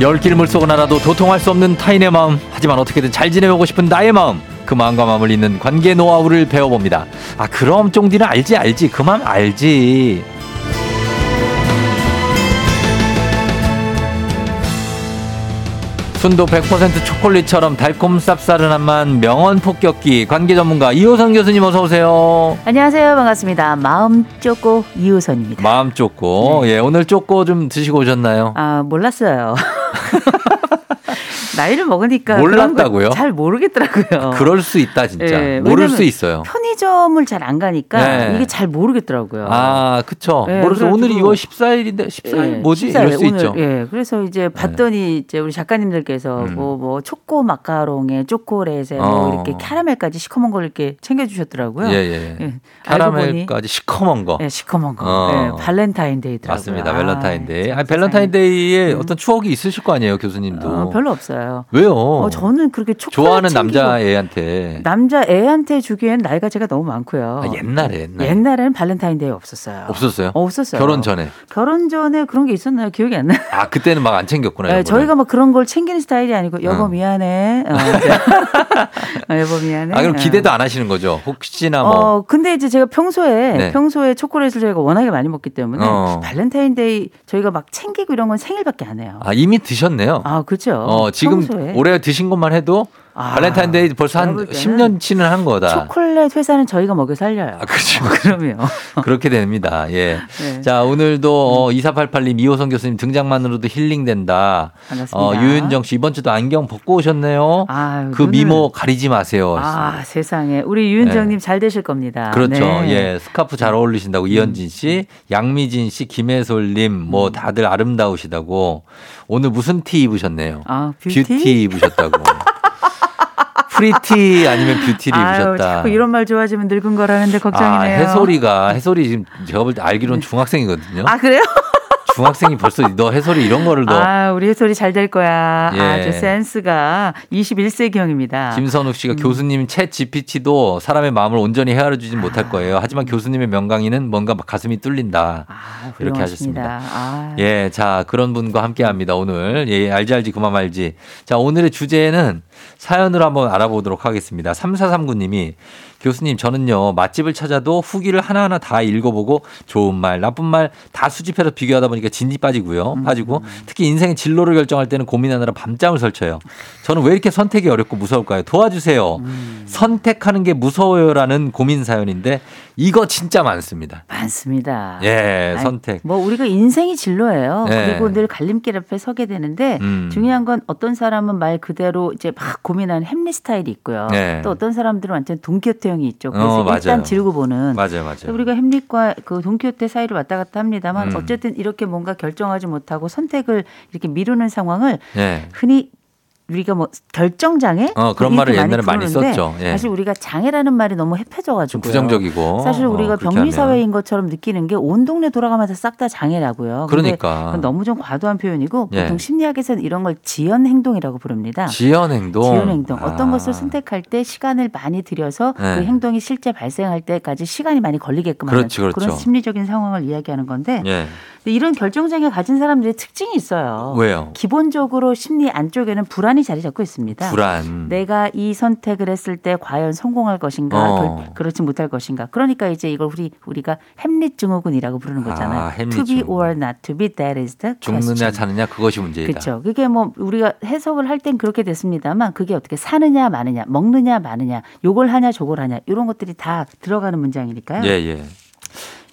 열길 물속은 알아도 도통할 수 없는 타인의 마음 하지만 어떻게든 잘 지내보고 싶은 나의 마음 그 마음과 맞물리는 관계 노하우를 배워봅니다 아 그럼 쫑디는 알지 알지 그 마음 알지 순도 100% 초콜릿처럼 달콤 쌉싸름한 만 명언 폭격기 관계 전문가 이호선 교수님 어서 오세요 안녕하세요. 반갑습니다. 마음 쪼꼬 이우선입니다. 마음 쪼꼬 예 오늘 쪼꼬 좀 드시고 오셨나요 네. 아, 몰랐어요. 나이를 먹으니까 그런 몰랐다고요? 아, 걸잘 모르겠더라고요. 그럴 수 있다 진짜 어. 예, 모를 왜냐면 수 있어요 편의점을 잘 안 가니까 네. 이게 잘 모르겠더라고요. 아, 그쵸. 예, 모르서 그래가지고- 오늘이 2월 14일인데 14일 뭐지? 이럴 수 예, 오늘, 있죠. 네. 예. 그래서 이제 봤더니 이제 우리 작가님들께서 음. 뭐, 뭐, 초코 마카롱에 초콜릿에 뭐 어. 이렇게 캐러멜까지 시커먼 걸 이렇게 챙겨주셨더라고요. 예, 예. 예, 알고 보니 카라멜까지 시커먼 거. 예, 시커먼 거. 어. 예, 발렌타인데이더라고요. 맞습니다. 아, 밸런타인데이. 참 아, 밸런타인데이에 음. 어떤 추억이 있으실 거 아니에요, 교수님도. 어, 별로 없어요. 왜요? 어, 저는 그렇게 초콜릿 좋아하는 챙기고- 남자애한테. 남자 애한테 주기엔 나이가 제가 너무 많고요. 아, 옛날에, 옛날에. 어, 옛날에는 발렌타인데이 없었어요. 없었어요? 어, 없었어요. 결혼 전에. 결혼 전에 그런 게 있었나요? 기억이 안 나요. 아, 그때는 막 안 챙겼구나. 네, 이거를. 저희가 막 그런 걸 챙기는 스타일이 아니고 여보 어. 미안해. 어, 이제. 어, 여보 미안해. 아, 그럼 어. 기대도 안 하시는 거죠? 혹시나 뭐. 어 근데 이제 제가 평소에 네. 평소에 초콜릿을 저희가 워낙에 많이 먹기 때문에 어. 발렌타인데이 저희가 막 챙기고 이런 건 생일밖에 안 해요. 아, 이미 드셨네요. 아, 그렇죠. 어, 지금 평소에. 올해 드신 것만 해도 아, 발렌타인데이 벌써 한 제가 볼 때는 10년치는 한 거다. 초콜릿 회사는 저희가 먹여 살려요. 아, 그렇죠. 그럼요. 그렇게 됩니다. 예. 네. 자, 오늘도 어, 2488님, 이호성 교수님 등장만으로도 힐링된다. 반갑습니다. 어, 유윤정 씨, 이번 주도 안경 벗고 오셨네요. 아유, 그 눈을- 미모 가리지 마세요. 아 세상에 우리 유은정님 잘 되실 네. 겁니다. 그렇죠. 네. 음. 예. 스카프 잘 어울리신다고 이현진 씨, 양미진 씨, 김혜솔님, 음. 뭐 다들 아름다우시다고. 오늘 무슨 티 입으셨네요? 아, 뷰티? 입으셨다고. 프리티 아니면 뷰티를 아유 입으셨다. 자꾸 이런 말 좋아하시면 늙은 거라는데 아, 걱정이네요. 해솔이가, 해솔이 지금 제가 볼 때 알기로는 중학생이거든요. 아 그래요? 중학생이 벌써 너 해설이 이런 거를 너 아 우리 해솔이 잘 될 거야. 예. 아주 센스가 21세기형입니다. 김선욱 음. 씨가 교수님 챗 GPT도 사람의 마음을 온전히 헤아려주진 못할 거예요. 하지만 교수님의 명강의는 뭔가 막 가슴이 뚫린다. 아, 이렇게 훌륭하십니다. 하셨습니다. 아, 예, 자 그런 분과 함께합니다 오늘. 예, 알지 알지 그만 말지. 자 오늘의 주제는 사연으로 한번 알아보도록 하겠습니다. 3439님이 교수님 저는요 맛집을 찾아도 후기를 하나하나 다 읽어보고 좋은 말 나쁜 말 다 수집해서 비교하다 보니까 진이 빠지고요 음. 빠지고 특히 인생의 진로를 결정할 때는 고민하느라 밤잠을 설쳐요. 저는 왜 이렇게 선택이 어렵고 무서울까요? 도와주세요. 음. 선택하는 게 무서워요라는 고민 사연인데 이거 진짜 많습니다. 많습니다. 예, 아니, 선택. 뭐 우리가 인생이 진로예요. 네. 그리고 늘 갈림길 앞에 서게 되는데 음. 네. 중요한 건 어떤 사람은 말 그대로 이제 막 고민하는 햄리 스타일이 있고요. 네. 또 어떤 사람들은 완전 동키호테형이 있죠. 그래서 어, 맞아요. 일단 지르고 보는. 맞아요, 맞아요. 우리가 햄릿과 그 동키호테 사이를 왔다 갔다 합니다만 네. 음. 어쨌든 이렇게 뭔가 결정하지 못하고 선택을 이렇게 미루는 상황을 예. 흔히 우리가 뭐 결정장애 뭐 어, 그런 이렇게 말을 많이 옛날에 많이 부르는데 썼죠. 예. 사실 우리가 장애라는 말이 너무 좀 해패져가지고 부정적이고 사실 우리가 어, 그렇게 병리 하면. 사회인 것처럼 느끼는 게 온 동네 돌아가면서 싹 다 장애라고요. 근데 그러니까. 그건 너무 좀 과도한 표현이고 예. 보통 심리학에서는 이런 걸 지연 행동이라고 부릅니다. 지연 행동 지연 행동. 어떤 아. 것을 선택할 때 시간을 많이 들여서 네. 그 행동이 실제 발생할 때까지 시간이 많이 걸리게끔 그렇지, 하는 그렇죠. 그런 심리적인 상황을 이야기하는 건데 예 근데 이런 결정장애 가진 사람들의 특징이 있어요. 왜요 기본적으로 심리 안쪽에는 불안이 자리 잡고 있습니다. 불안 내가 이 선택을 했을 때 과연 성공할 것인가, 어. 결- 그렇지 못할 것인가. 그러니까 이제 이걸 우리 우리가 햄릿 증후군이라고 부르는 거잖아요. 아, 햄릿 to be 증후군. or not to be, that is the 죽느냐 question. 사느냐 그것이 문제이다 그렇죠. 그게 뭐 우리가 해석을 할 땐 그렇게 됐습니다만 그게 어떻게 사느냐 마느냐, 예, 먹느냐 마느냐, 요걸 하냐 저걸 하냐 이런 것들이 다 들어가는 문장이니까요. 예예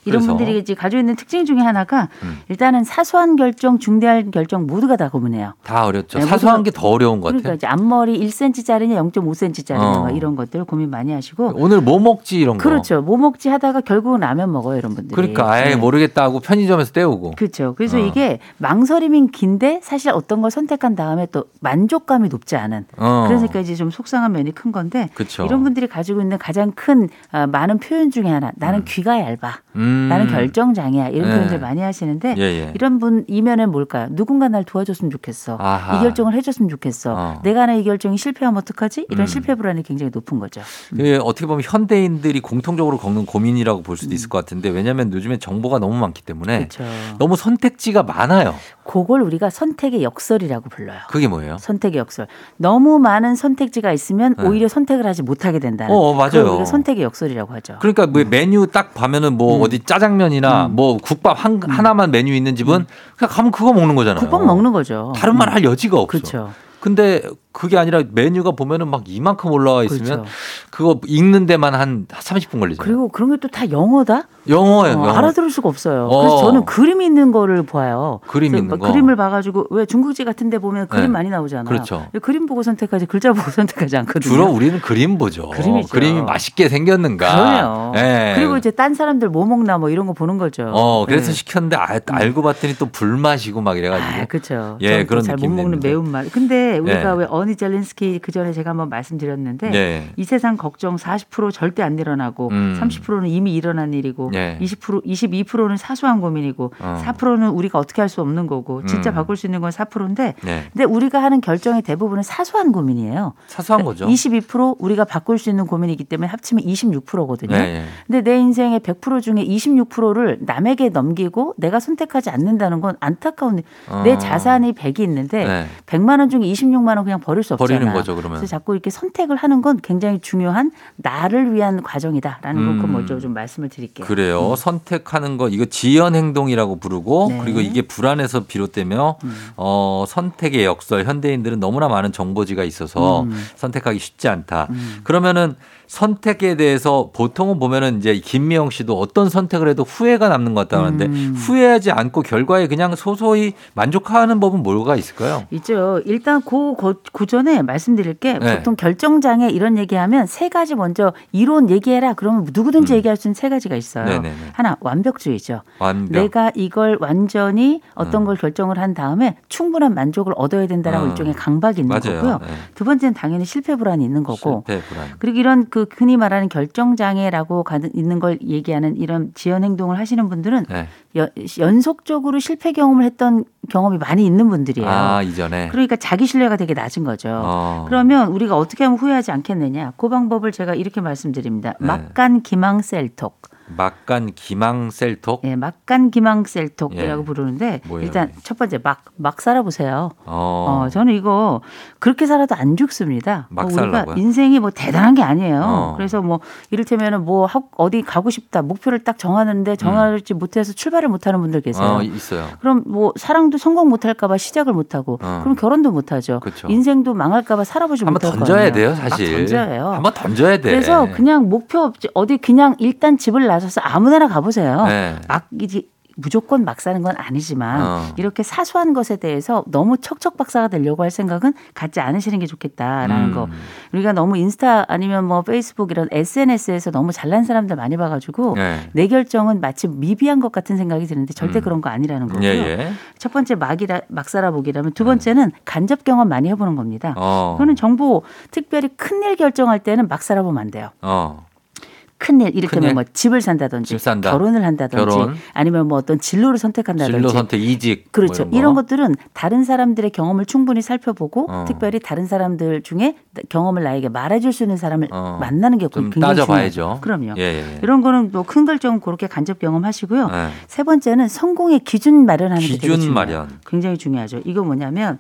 이런 그래서? 분들이 이제 가지고 있는 특징 중에 하나가 음. 일단은 사소한 결정, 중대한 결정 모두가 다 고민해요. 다 어렵죠. 네, 사소한 모두가- 게 더 어려운 것 그러니까 같아요. 이제 앞머리 1cm짜리냐 0.5cm짜리냐 뭐 어. 이런 것들 고민 많이 하시고 오늘 뭐 먹지 이런 거. 그렇죠. 뭐 먹지 하다가 결국은 라면 먹어요, 이런 분들이. 그러니까 아예 네. 모르겠다 하고 편의점에서 때우고. 그렇죠. 그래서 어. 이게 망설임인 긴데 사실 어떤 걸 선택한 다음에 또 만족감이 높지 않은 어. 그러니까 이제 좀 속상한 면이 큰 건데 그쵸. 이런 분들이 가지고 있는 가장 큰 아, 많은 표현 중에 하나 나는 귀가 얇아 음. 나는 결정 장애야 이런 네. 표현들 많이 하시는데 예, 예. 이런 분 이면에 뭘까요? 누군가 날 도와줬으면 좋겠어. 아하. 이 결정을 해줬으면 좋겠어. 어. 내가 내 이 결정이 실패하면 어떡하지? 이런 음. 실패 불안이 굉장히 높은 거죠. 그 어떻게 보면 현대인들이 공통적으로 겪는 고민이라고 볼 수도 있을 것 같은데 왜냐하면 요즘에 정보가 너무 많기 때문에 그렇죠. 너무 선택지가 많아요. 그걸 우리가 선택의 역설이라고 불러요. 그게 뭐예요? 선택의 역설. 너무 많은 선택지가 있으면 네. 오히려 선택을 하지 못하게 된다는. 어, 어, 맞아요. 그걸 우리가 선택의 역설이라고 하죠. 그러니까 뭐 메뉴 딱 보면은 음. 뭐 어디 짜장면이나 뭐 국밥 한, 하나만 메뉴 있는 집은 그냥 가면 그거 먹는 거잖아요. 음. 국밥 먹는 거죠. 음. 다른 말 할 여지가 없어. 그렇죠. 근데 그게 아니라 메뉴가 보면은 막 이만큼 올라와 있으면 그렇죠. 그거 읽는 데만 한 30분 걸리잖아요. 그리고 그런 게 또 다 영어다? 네. 영어예요. 어, 영어. 알아들을 수가 없어요. 어. 그래서 저는 그림 있는 거를 봐요. 그림 그래서 있는 막 거. 그림을 봐가지고 왜 중국집 같은 데 보면 그림 네. 많이 나오잖아요. 그렇죠. 근데 그림 보고 선택하지 글자 보고 선택하지 않거든요. 주로 우리는 그림 보죠. 그림이죠. 이 맛있게 생겼는가. 그러네요. 예. 그리고 이제 딴 사람들 뭐 먹나 뭐 이런 거 보는 거죠. 어 그래서 네. 시켰는데 알, 알고 봤더니 또 불맛이고 막 이래가지고. 아, 그렇죠. 예, 그런 잘못 느낌도 먹는 있는데. 매운맛. 근데 우리가 예. 왜 어니 젤린스키 그 전에 제가 한번 말씀드렸는데 예. 이 세상 걱정 40% 절대 안 일어나고 음. 30%는 이미 일어난 일이고 예. 20% 22%는 사소한 고민이고 어. 4%는 우리가 어떻게 할 수 없는 거고 진짜 음. 바꿀 수 있는 건 4%인데 네. 근데 우리가 하는 결정의 대부분은 사소한 그 고민이에요. 사소한 거죠. 22% 우리가 바꿀 수 있는 고민이기 때문에 합치면 26%거든요. 예, 예. 근데 내 인생의 100% 중에 26%를 남에게 넘기고 내가 선택하지 않는다는 건 안타까운 일. 어. 내 자산이 100이 있는데 네. 100만 원 중에 26만 원 그냥 버릴 수 없잖아요. 버리는 거죠, 그러면. 그래서 자꾸 이렇게 선택을 하는 건 굉장히 중요한 나를 위한 과정이다라는 음. 걸 먼저 좀 말씀을 드릴게요. 그래요. 선택하는 거 이거 지연 행동이라고 부르고 음. 네. 음. 그리고 이게 불안에서 비롯되며 어, 선택의 역설 현대인들은 너무나 많은 정보지가 있어서 음. 선택하기 쉽지 않다. 그러면은 선택에 대해서 보통은 보면은 이제 김미영 씨도 어떤 선택을 해도 후회가 남는 것 같다는데 음. 후회하지 않고 결과에 그냥 소소히 만족하는 법은 뭐가 있을까요? 있죠. 일단 그, 그, 그 전에 말씀드릴 게 네. 보통 결정장애 이런 얘기하면 세 가지 먼저 이론 얘기해라 그러면 누구든지 얘기할 수 있는 세 가지가 있어요. 음. 네네네. 하나 완벽주의죠. 완벽. 내가 이걸 완전히 어떤 걸 결정을 한 다음에 충분한 만족을 얻어야 된다라고 음. 일종의 강박이 있는 맞아요. 거고요. 네. 두 번째는 당연히 실패 불안이 있는 거고. 실패 불안. 그리고 이런 그 흔히 말하는 결정 장애라고 가는- 있는 걸 얘기하는 이런 지연 행동을 하시는 분들은 네. 연- 연속적으로 실패 경험을 했던 경험이 많이 있는 분들이에요. 아 이전에. 네. 그러니까 자기 신뢰가 되게 낮은 거죠. 어. 그러면 우리가 어떻게 하면 후회하지 않겠느냐? 그 방법을 제가 이렇게 말씀드립니다. 네. 막간 기망 셀톡. 막간 기망 셀톡. 예, 막간 기망 셀톡이라고 예. 부르는데 뭐예요, 일단 이게? 첫 번째 막 막 살아보세요. 어. 어. 저는 이거 그렇게 살아도 안 죽습니다. 막 어, 우리가 살라고요? 인생이 뭐 대단한 게 아니에요. 어. 그래서 뭐 이를테면은 뭐 학- 어디 가고 싶다 목표를 딱 정하는데 정하지 못해서 출발을 못하는 분들 계세요. 음. 어, 있어요. 그럼 뭐 사랑도 성공 못할까봐 시작을 못하고 어. 그럼 결혼도 못하죠. 그쵸. 인생도 망할까봐 살아보지 한번 못할 거예요. 던져야 돼요, 사실. 막 던져요. 한번 네. 던져야 돼. 그래서 그냥 목표 없지 어디 그냥 일단 집을 나서서 아무데나 가보세요. 네. 막 이제 무조건 막 사는 건 아니지만 어. 이렇게 사소한 것에 대해서 너무 척척박사가 되려고 할 생각은 갖지 않으시는 게 좋겠다라는 음. 거. 우리가 너무 인스타 아니면 뭐 페이스북 이런 SNS에서 너무 잘난 사람들 많이 봐가지고 네. 내 결정은 마치 미비한 것 같은 생각이 드는데 절대 뭐 그런 거 아니라는 거고요. 예, 예. 첫 번째 막이라 막 살아보기라면 두 번째는 간접 경험 많이 해보는 겁니다. 어. 그거는 정보 특별히 큰일 결정할 때는 막 살아보면 안 돼요. 어. 큰일 이를테면 큰일? 뭐 집을 산다든지 집 산다. 결혼을 한다든지 결혼. 아니면 뭐 어떤 진로를 선택한다든지 진로 선택 이직. 그렇죠. 뭐 이런, 것들은 다른 사람들의 경험을 충분히 살펴보고 어. 특별히 다른 사람들 중에 경험을 나에게 말해줄 수 있는 사람을 어. 만나는 게 좀 굉장히 따져봐야죠. 중요해요. 그럼요. 예, 예. 이런 거는 뭐 큰 결정 그렇게 간접 경험하시고요. 예. 세 번째는 성공의 기준 마련하는 게 되게 기준 중요해요. 마련. 굉장히 중요하죠. 이거 뭐냐면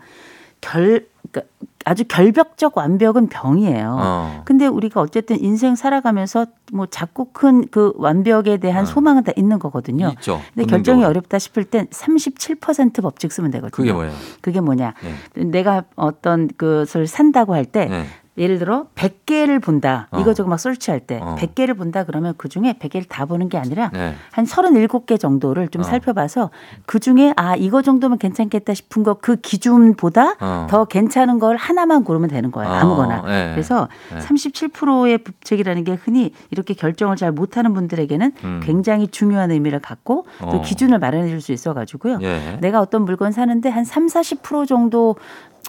결 그러니까 아주 결벽적 완벽은 병이에요. 어. 근데 우리가 어쨌든 인생 살아가면서 뭐 작고 큰 그 완벽에 대한 소망은 다 있는 거거든요. 네. 있죠. 근데 본능적으로. 결정이 어렵다 싶을 땐 37% 법칙 쓰면 되거든요. 그게 뭐예요? 그게 뭐냐? 내가 어떤 그것을 산다고 할 때 네. 예를 들어 100개를 본다. 어. 이거저거 막 설치할 때 어. 100개를 본다 그러면 그중에 100개를 다 보는 게 아니라 네. 한 37개 정도를 어. 좀 살펴봐서 그중에 아, 이거 정도면 괜찮겠다 싶은 거 그 기준보다 어. 더 괜찮은 걸 하나만 고르면 되는 거예요. 어, 아무거나. 예. 그래서 예. 37%의 부책이라는 게 흔히 이렇게 결정을 잘 못하는 분들에게는 음. 굉장히 중요한 의미를 갖고 또 어. 기준을 마련해 줄 수 있어 가지고요. 예. 내가 어떤 물건 사는데 한 3, 40% 정도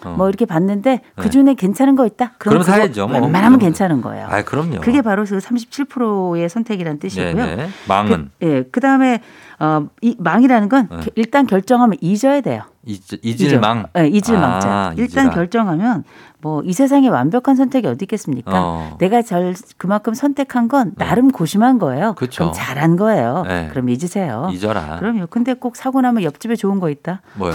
어. 예. 뭐 이렇게 봤는데 그 중에 괜찮은 거 있다. 그럼 그럼 그거 사야죠, 뭐. 그럼요. 웬만하면 괜찮은 거예요. 아, 그럼요. 그게 바로 그 37%의 선택이라는 뜻이고요. 네네. 음. 망은 그, 예, 그다음에 어, 이 망이라는 건 네. 게- 일단 결정하면 잊어야 돼요. 잊- 잊을망. 잊어. 예, 잊을망자. 아, 일단 잊으라. 결정하면 뭐 이 세상에 완벽한 선택이 어디 있겠습니까? 어. 음. 내가 절 그만큼 선택한 건 나름 고심한 거예요. 그쵸. 럼 잘한 거예요. 네. 그럼 잊으세요. 그렇죠. 잊어라. 그럼요. 근데 꼭 사고 나면 옆집에 좋은 거 있다. 뭐요?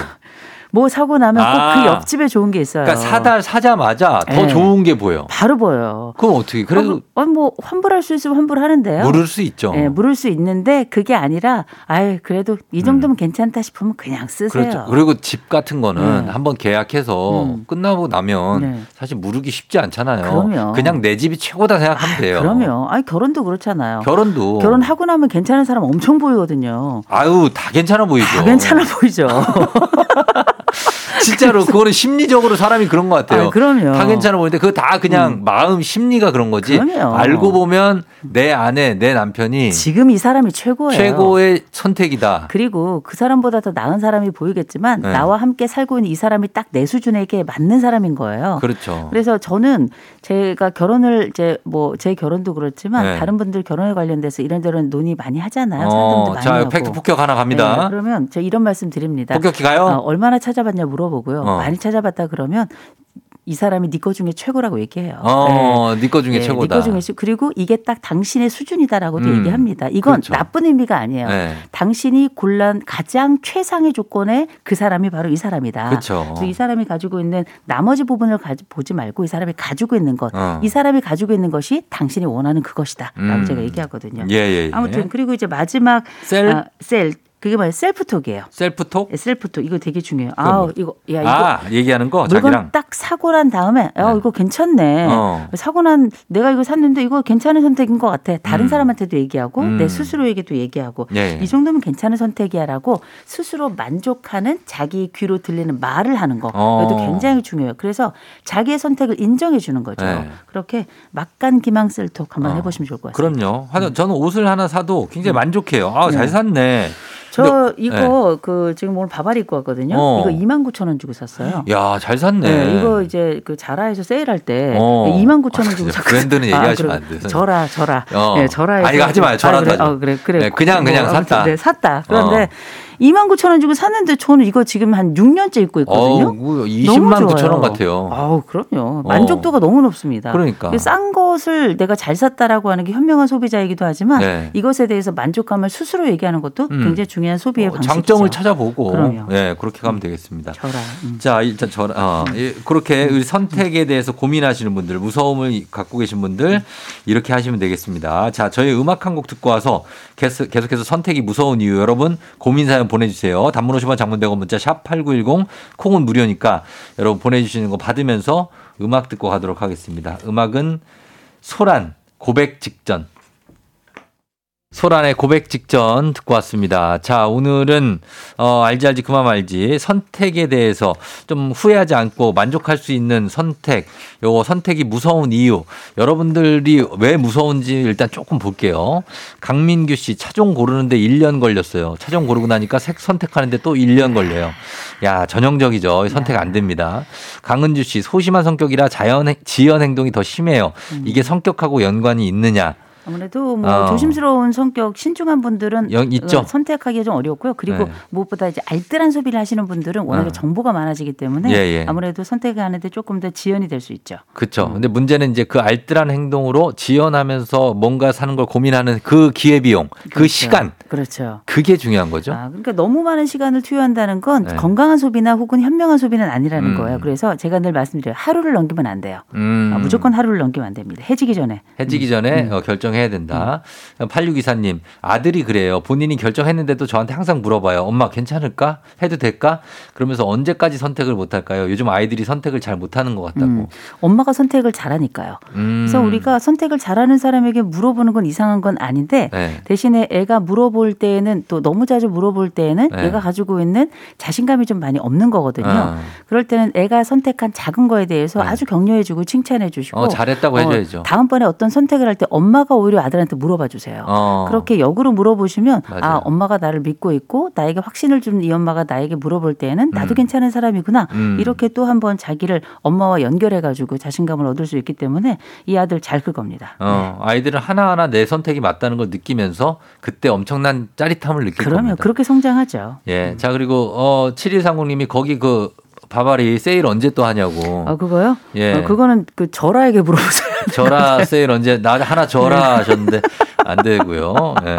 뭐 사고 나면 꼭 아. 그 옆집에 좋은 게 있어요. 그러니까 사다 사자마자 더 예. 좋은 게 보여. 바로 보여요. 그럼 어떻게? 그래도 어, 뭐 환불할 수 있으면 환불하는데요. 물을 수 있죠. 예, 물을 수 있는데 그게 아니라 아유 그래도 이 정도면 괜찮다 싶으면 그냥 쓰세요. 음. 그렇죠. 그리고 집 같은 거는 네. 한번 계약해서 음. 끝나고 나면 네. 사실 무르기 쉽지 않잖아요. 그럼요. 그냥 내 집이 최고다 생각하면 돼요. 그럼요. 아니 결혼도 그렇잖아요. 결혼도 결혼하고 나면 괜찮은 사람 엄청 보이거든요. 아유 다 괜찮아 보이죠. 다 괜찮아 보이죠. 진짜로 그거는 심리적으로 사람이 그런 것 같아요. 아, 그럼요. 다 괜찮아 보이는데 그거 다 그냥 마음 심리가 그런 거지. 그럼요. 알고 보면 내 아내 내 남편이 지금 이 사람이 최고예요. 최고의 선택이다. 그리고 그 사람보다 더 나은 사람이 보이겠지만 네. 나와 함께 살고 있는 이 사람이 딱 내 수준에게 맞는 사람인 거예요. 그렇죠. 그래서 저는 제가 결혼을 이제 뭐 제 결혼도 그렇지만 네. 다른 분들 결혼에 관련돼서 이런저런 논의 많이 하잖아요. 상담도 어, 많이 자 하고. 팩트 폭격 하나 네, 갑니다. 그러면 저 이런 말씀 드립니다. 폭격기 가요. 아, 얼마나 찾아봤냐 물어보고요. 어. 많이 찾아봤다 그러면 이 사람이 네 거 중에 최고라고 얘기해요. 네. 어, 네거 중에 네, 최고다. 네거 중에 최- 그리고 이게 딱 당신의 수준이다라고도 음, 얘기합니다. 이건 그렇죠. 나쁜 의미가 아니에요. 네. 당신이 골란 가장 최상의 조건에 그 사람이 바로 이 사람이다. 그렇죠. 그래서 이 사람이 가지고 있는 나머지 부분을 가지- 보지 말고 이 사람이 가지고 있는 것, 어. 이 사람이 가지고 있는 것이 당신이 원하는 그것이다라고 음. 제가 얘기하거든요. 예, 예, 예. 아무튼 그리고 이제 마지막 셀? 아, 셀 그게 뭐예요? 셀프톡이에요. 셀프톡? 셀프톡 이거 되게 중요해요. 그건 아 뭐- 이거 야 이거 아, 얘기하는 거 물건 자기랑. 딱 사고 난 다음에 어 네. 이거 괜찮네. 어. 사고 난 내가 이거 샀는데 이거 괜찮은 선택인 것 같아. 다른 음. 사람한테도 얘기하고 음. 내 스스로에게도 얘기하고 예, 예. 이 정도면 괜찮은 선택이야라고 스스로 만족하는 자기 귀로 들리는 말을 하는 거 어. 이것도 굉장히 중요해요. 그래서 자기의 선택을 인정해 주는 거죠. 네. 그렇게 막간 기망 셀톡 한번 어. 해보시면 좋을 것 같습니다. 음. 그럼요. 하여 저는 옷을 하나 사도 굉장히 만족해요. 아, 네. 잘 샀네. 저 이거 그 지금 오늘 바바리 입고 네. 왔거든요. 어. 이거 2만 9천 원 주고 샀어요. 야, 잘 샀네. 네, 이거 이제 그 자라에서 세일할 때 어. 2만 9천 원 주고 아, 샀거든요. 브랜드는 얘기하시면 안 그리고 돼요. 저라, 저라. 어. 네, 저라에서. 아, 이거 하지 마요. 저라도 그래, 하지 마요. 어, 그래, 그래. 네, 그냥, 그냥 아무튼, 샀다. 어. 네, 샀다. 그런데 2만 9천 원 주고 샀는데 저는 이거 지금 한 6년째 입고 있거든요. 어우, 너무 20만 9천 좋아요. 원 같아요. 어. 아우, 그럼요. 만족도가 너무 높습니다. 그러니까. 그싼 것을 내가 잘 샀다라고 하는 게 현명한 소비자이기도 하지만 네. 이것에 대해서 만족감을 스스로 얘기하는 것도 음. 굉장히 중요한 소비의 어, 예, 방식이죠. 장점을 찾아보고 그럼요. 예, 그렇게 가면 되겠습니다. 저라. 음. 자, 일단 저 어, 예, 그렇게 이 선택에 대해서 고민하시는 분들, 무서움을 갖고 계신 분들 이렇게 하시면 되겠습니다. 자, 저희 음악 한 곡 듣고 와서 계속, 계속해서 선택이 무서운 이유 여러분 고민 사연 보내주세요. 단문 50원, 장문 100원 문자 샵 #8910 콩은 무료니까 여러분 보내주시는 거 받으면서 음악 듣고 가도록 하겠습니다. 음악은 소란 고백 직전. 소란의 고백 직전 듣고 왔습니다. 자, 오늘은 어, 알지 알지 그만 알지 선택에 대해서 좀 후회하지 않고 만족할 수 있는 선택, 요거 선택이 무서운 이유, 여러분들이 왜 무서운지 일단 조금 볼게요. 강민규 씨 차종 고르는데 1년 걸렸어요. 차종 고르고 나니까 색 선택하는데 또 1년 걸려요. 야, 전형적이죠. 선택 안 됩니다. 강은주 씨 소심한 성격이라 자연 행- 지연 행동이 더 심해요. 이게 성격하고 연관이 있느냐? 아무래도 뭐 어. 조심스러운 성격 신중한 분들은 영- 있죠. 어, 선택하기가 좀 어렵고요. 그리고 네. 무엇보다 이제 알뜰한 소비를 하시는 분들은 워낙에 어. 정보가 많아지기 때문에 예, 예. 아무래도 선택하는데 조금 더 지연이 될 수 있죠. 그렇죠. 근데 문제는 이제 그 알뜰한 행동으로 지연하면서 뭔가 사는 걸 고민하는 그 기회 비용, 그 그렇죠. 시간 그렇죠. 그게 중요한 거죠. 아, 그러니까 너무 많은 시간을 투여한다는 건 네. 건강한 소비나 혹은 현명한 소비는 아니라는 음. 거예요. 그래서 제가 늘 말씀드려요. 하루를 넘기면 안 돼요. 음. 아, 무조건 음. 하루를 넘기면 안 됩니다. 해지기 전에. 해지기 전에 어, 결정해야 된다. 음. 8624님, 아들이 그래요. 본인이 결정했는데도 저한테 항상 물어봐요. 엄마 괜찮을까? 해도 될까? 그러면서 언제까지 선택을 못할까요? 요즘 아이들이 선택을 잘 못하는 것 음. 같다고. 엄마가 선택을 잘하니까요. 음. 그래서 우리가 선택을 잘하는 사람에게 물어보는 건 이상한 건 아닌데 네. 대신에 애가 물어볼 때에는 또 너무 자주 물어볼 때에는 네. 얘가 가지고 있는 자신감이 좀 많이 없는 거거든요. 아. 그럴 때는 애가 선택한 작은 거에 대해서 네. 아주 격려해주고 칭찬해주시고 어, 잘했다고 해줘야죠. 어, 다음번에 어떤 선택을 할 때 엄마가 오히려 아들한테 물어봐 주세요. 어. 그렇게 역으로 물어보시면 아 맞아요. 엄마가 나를 믿고 있고 나에게 확신을 준 이 엄마가 나에게 물어볼 때에는 나도 음. 괜찮은 사람이구나 음. 이렇게 또 한번 자기를 엄마와 연결해가지고 자신감을 얻을 수 있기 때문에 이 아들 잘 클 겁니다. 어, 아이들은 하나하나 내 선택이 맞다는 걸 느끼면서 그때 엄청난 짜릿함을 느낄 그러면 겁니다. 그렇게 음. 성장하죠. 예. 자, 그리고 어, 7130님이 거기 그 바바리 세일 언제 또 하냐고. 아 그거요? 예. 어, 그거는 그 절아에게 물어보세요. 저라 세일 언제 나 하나 저라 하셨는데 안 되고요. 예.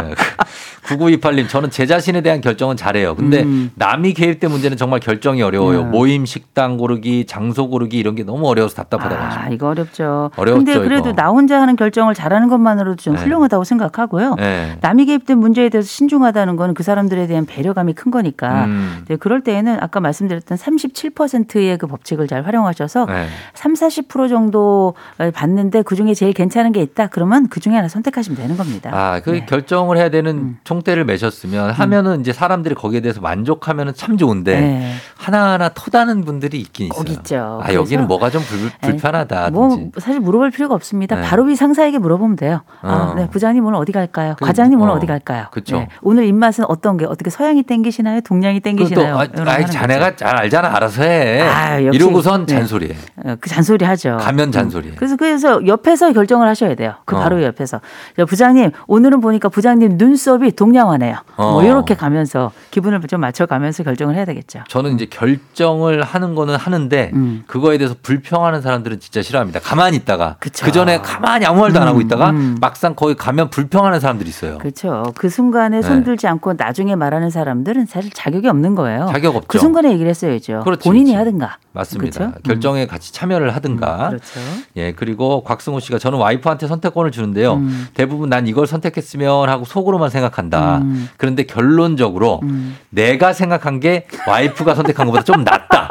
9928님, 저는 제 자신에 대한 결정은 잘해요. 근데 음. 남이 개입된 문제는 정말 결정이 어려워요. 음. 모임, 식당 고르기, 장소 고르기 이런 게 너무 어려워서 답답하다고 아, 하십니다. 이거 어렵죠. 어렵죠, 근데 그래도 이거. 나 혼자 하는 결정을 잘하는 것만으로도 좀 네. 훌륭하다고 생각하고요. 예. 남이 개입된 문제에 대해서 신중하다는 건 그 사람들에 대한 배려감이 큰 거니까. 음. 네, 그럴 때에는 아까 말씀드렸던 37%의 그 법칙을 잘 활용하셔서 예. 3, 40% 정도 봤는데 그 중에 제일 괜찮은 게 있다. 그러면 그 중에 하나 선택하시면 되는 겁니다. 아, 그 네. 음. 결정을 해야 되는 총대를 매셨으면 하면은 이제 사람들이 거기에 대해서 만족하면은 참 좋은데 네, 하나하나 토다는 분들이 있긴 있어요. 꼭 있죠. 아, 여기는 그래서 네. 뭐가 좀 불, 불편하다든지. 뭐 사실 물어볼 필요가 없습니다. 네. 바로 이 상사에게 물어보면 돼요. 어. 아, 네, 부장님 오늘 어디 갈까요? 그, 과장님 오늘 어, 어. 디 갈까요? 그쵸. 네, 오늘 입맛은 어떤 게 어떻게 서양이 땡기시나요? 동양이 그리고 또 땡기시나요? 아, 이런 거 아이 하는 자네가 잘 알잖아 알아서 해 아, 역시. 이러고선 네. 잔소리해 거죠. 어, 그 잔소리 하죠. 가면 잔소리해 그래서 그래서 옆에서 결정을 하셔야 돼요. 그 어. 바로 옆에서 야, 부장님 오늘은 보니까 부장님 눈썹이 동양화네요. 어. 뭐 이렇게 가면서 기분을 좀 맞춰가면서 결정을 해야 되겠죠. 저는 이제 결정을 하는 거는 하는데 음. 그거에 대해서 불평하는 사람들은 진짜 싫어합니다 가만히 있다가 그 그쵸. 전에 가만히 아무 말도 안 하고 음, 있다가 음. 막상 거기 가면 불평하는 사람들이 있어요 그렇죠. 그 순간에 네. 손들지 않고 나중에 말하는 사람들은 사실 자격이 없는 거예요. 자격 없죠 그 순간에 얘기를 했어야죠. 그렇지, 본인이 그렇지. 하든가. 맞습니다 그쵸? 음. 결정에 같이 참여를 하든가 그렇죠. 예 그리고 곽승우 씨가 저는 와이프한테 선택권을 주는데요 음. 대부분 난 이걸 선택했으면 하고 속으로만 생각한다 음. 그런데 결론적으로 음. 내가 생각한 게 와이프가 선택한 것보다 좀 낫다.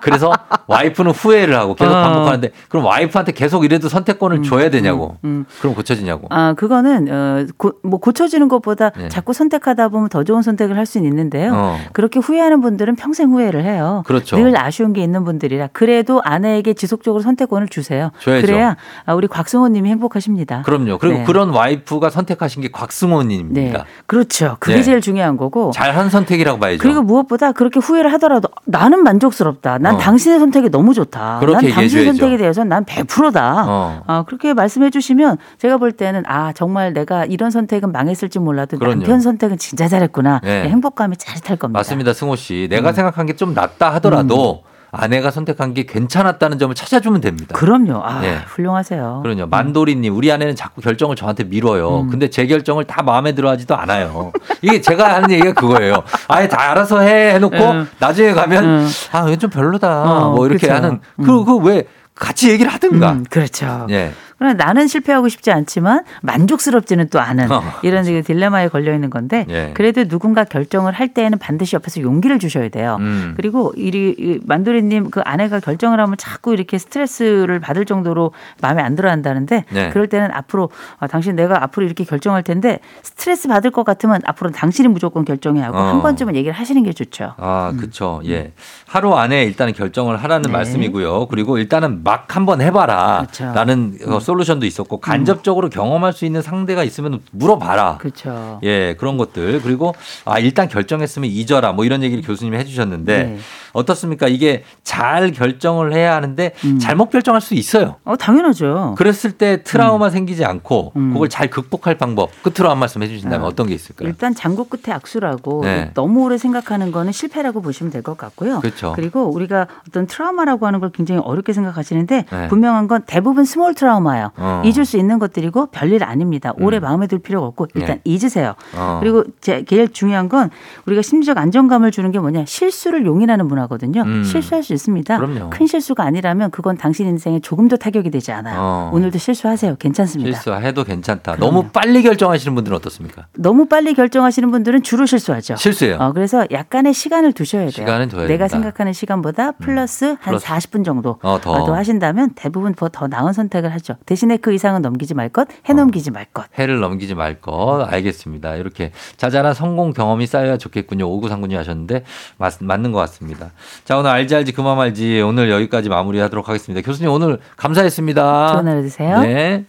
그래서 와이프는 후회를 하고 계속 어. 반복하는데 그럼 와이프한테 계속 이래도 선택권을 줘야 되냐고. 음. 그럼 고쳐지냐고. 아, 그거는 어, 고, 뭐 고쳐지는 것보다 네. 자꾸 선택하다 보면 더 좋은 선택을 할 수는 있는데요. 어. 그렇게 후회하는 분들은 평생 후회를 해요. 그렇죠. 늘 아쉬운 게 있는 분들이라 그래도 아내에게 지속적으로 선택권을 주세요. 줘야죠. 그래야 아, 우리 곽승호님이 행복하십니다. 그럼요. 그리고 네. 그런 와이프가 선택하신 게 네, 곽승호님입니다. 그렇죠. 그게 네. 제일 중요한 거고. 잘한 선택이라고 봐야죠. 그리고 무엇보다 그렇게 후회를 하더라도 나는 만족스럽다. 난 어. 당신의 당신의 선택이 너무 좋다. 그렇게 난 난 당신 당신 얘기해줘야죠. 선택에 선택에 대해서 난 100%다. 어. 그렇게 말씀해 주시면 제가 볼 때는 아 정말 내가 이런 선택은 망했을지 몰라도 그럼요. 남편 선택은 진짜 잘했구나. 네. 네, 행복감이 짜릿할 겁니다. 음. 맞습니다, 승호 씨. 내가 생각한 게 좀 낫다 하더라도 아내가 선택한 게 괜찮았다는 점을 찾아주면 됩니다. 그럼요. 음. 아 네. 훌륭하세요. 그러요 만도리님, 우리 아내는 자꾸 결정을 저한테 밀어요. 음. 근데 제 결정을 다 마음에 들어하지도 않아요. 이게 제가 하는 얘기가 그거예요. 아예 다 알아서 해 해놓고 음. 나중에 가면 음. 아 이건 좀 별로다. 어, 뭐 이렇게 그쵸. 하는. 그 그 왜 같이 얘기를 하든가. 음, 그렇죠. 예. 그러나 나는 실패하고 싶지 않지만 만족스럽지는 또 않은 어, 이런 그 딜레마에 걸려 있는 건데 예. 그래도 누군가 결정을 할 때에는 반드시 옆에서 용기를 주셔야 돼요. 음. 그리고 이리 이 만도리님 그 아내가 결정을 하면 자꾸 이렇게 스트레스를 받을 정도로 마음에 안 들어한다는데 네. 그럴 때는 앞으로 아, 당신 내가 앞으로 이렇게 결정할 텐데 스트레스 받을 것 같으면 앞으로는 당신이 무조건 결정해 하고 어. 한 번쯤은 얘기를 하시는 게 좋죠. 아, 그쵸. 예. 하루 안에 일단은 결정을 하라는 음. 네. 말씀이고요. 그리고 일단은 막 한번 해봐라. 그쵸. 음. 라는 어, 솔루션도 있었고, 간접적으로 경험할 수 있는 상대가 있으면 물어봐라. 그렇죠. 예, 그런 것들. 그리고 아, 일단 결정했으면 잊어라. 뭐 이런 얘기를 교수님이 해 주셨는데 네. 어떻습니까? 이게 잘 결정을 해야 하는데 음. 잘못 결정할 수 있어요. 어 당연하죠. 그랬을 때 트라우마 생기지 않고 음. 아, 그걸 잘 극복할 방법 끝으로 한 말씀 해 주신다면 어떤 게 있을까요? 일단 장고 끝에 악수라고 그러니까. 네. 너무 오래 생각하는 거는 실패라고 보시면 될 것 같고요. 그렇죠. 리고 우리가 어떤 트라우마라고 하는 걸 굉장히 어렵게 생각하시는데 네. 분명한 건 대부분 스몰 트라우마예요. 않아요. 어. 잊을 수 있는 것들이고 별일 아닙니다. 오래 마음에 둘 필요가 없고 일단 잊으세요. 어. 그리고 제, 제일 중요한 건 우리가 심리적 안정감을 주는 게 뭐냐 실수를 용인하는 문화거든요. 음. 실수할 수 있습니다. 그럼요. 큰 실수가 아니라면 그건 당신 인생에 조금도 타격이 되지 않아요. 어. 오늘도 실수하세요. 괜찮습니다. 실수해도 괜찮다. 그럼요. 너무 빨리 결정하시는 분들은 어떻습니까? 너무 빨리 결정하시는 분들은 주로 실수하죠. 실수예요. 어, 그래서 약간의 시간을 두셔야 돼요. 시간은 둬야 내가 된다. 음, 생각하는 시간보다 플러스 한 플러스. 40분 정도 어, 더. 어, 더 하신다면 대부분 더, 더 나은 선택을 하죠. 대신에 그 이상은 넘기지 말 것, 해넘기지 말 것. 해를 넘기지 말 것. 알겠습니다. 이렇게 자잘한 성공 경험이 쌓여야 좋겠군요. 오구상군이 하셨는데 맞, 는것 같습니다. 자 오늘 알지 알지 그만 말지 오늘 여기까지 마무리하도록 하겠습니다. 교수님 오늘 감사했습니다. 좋은 하루 되세요. 네.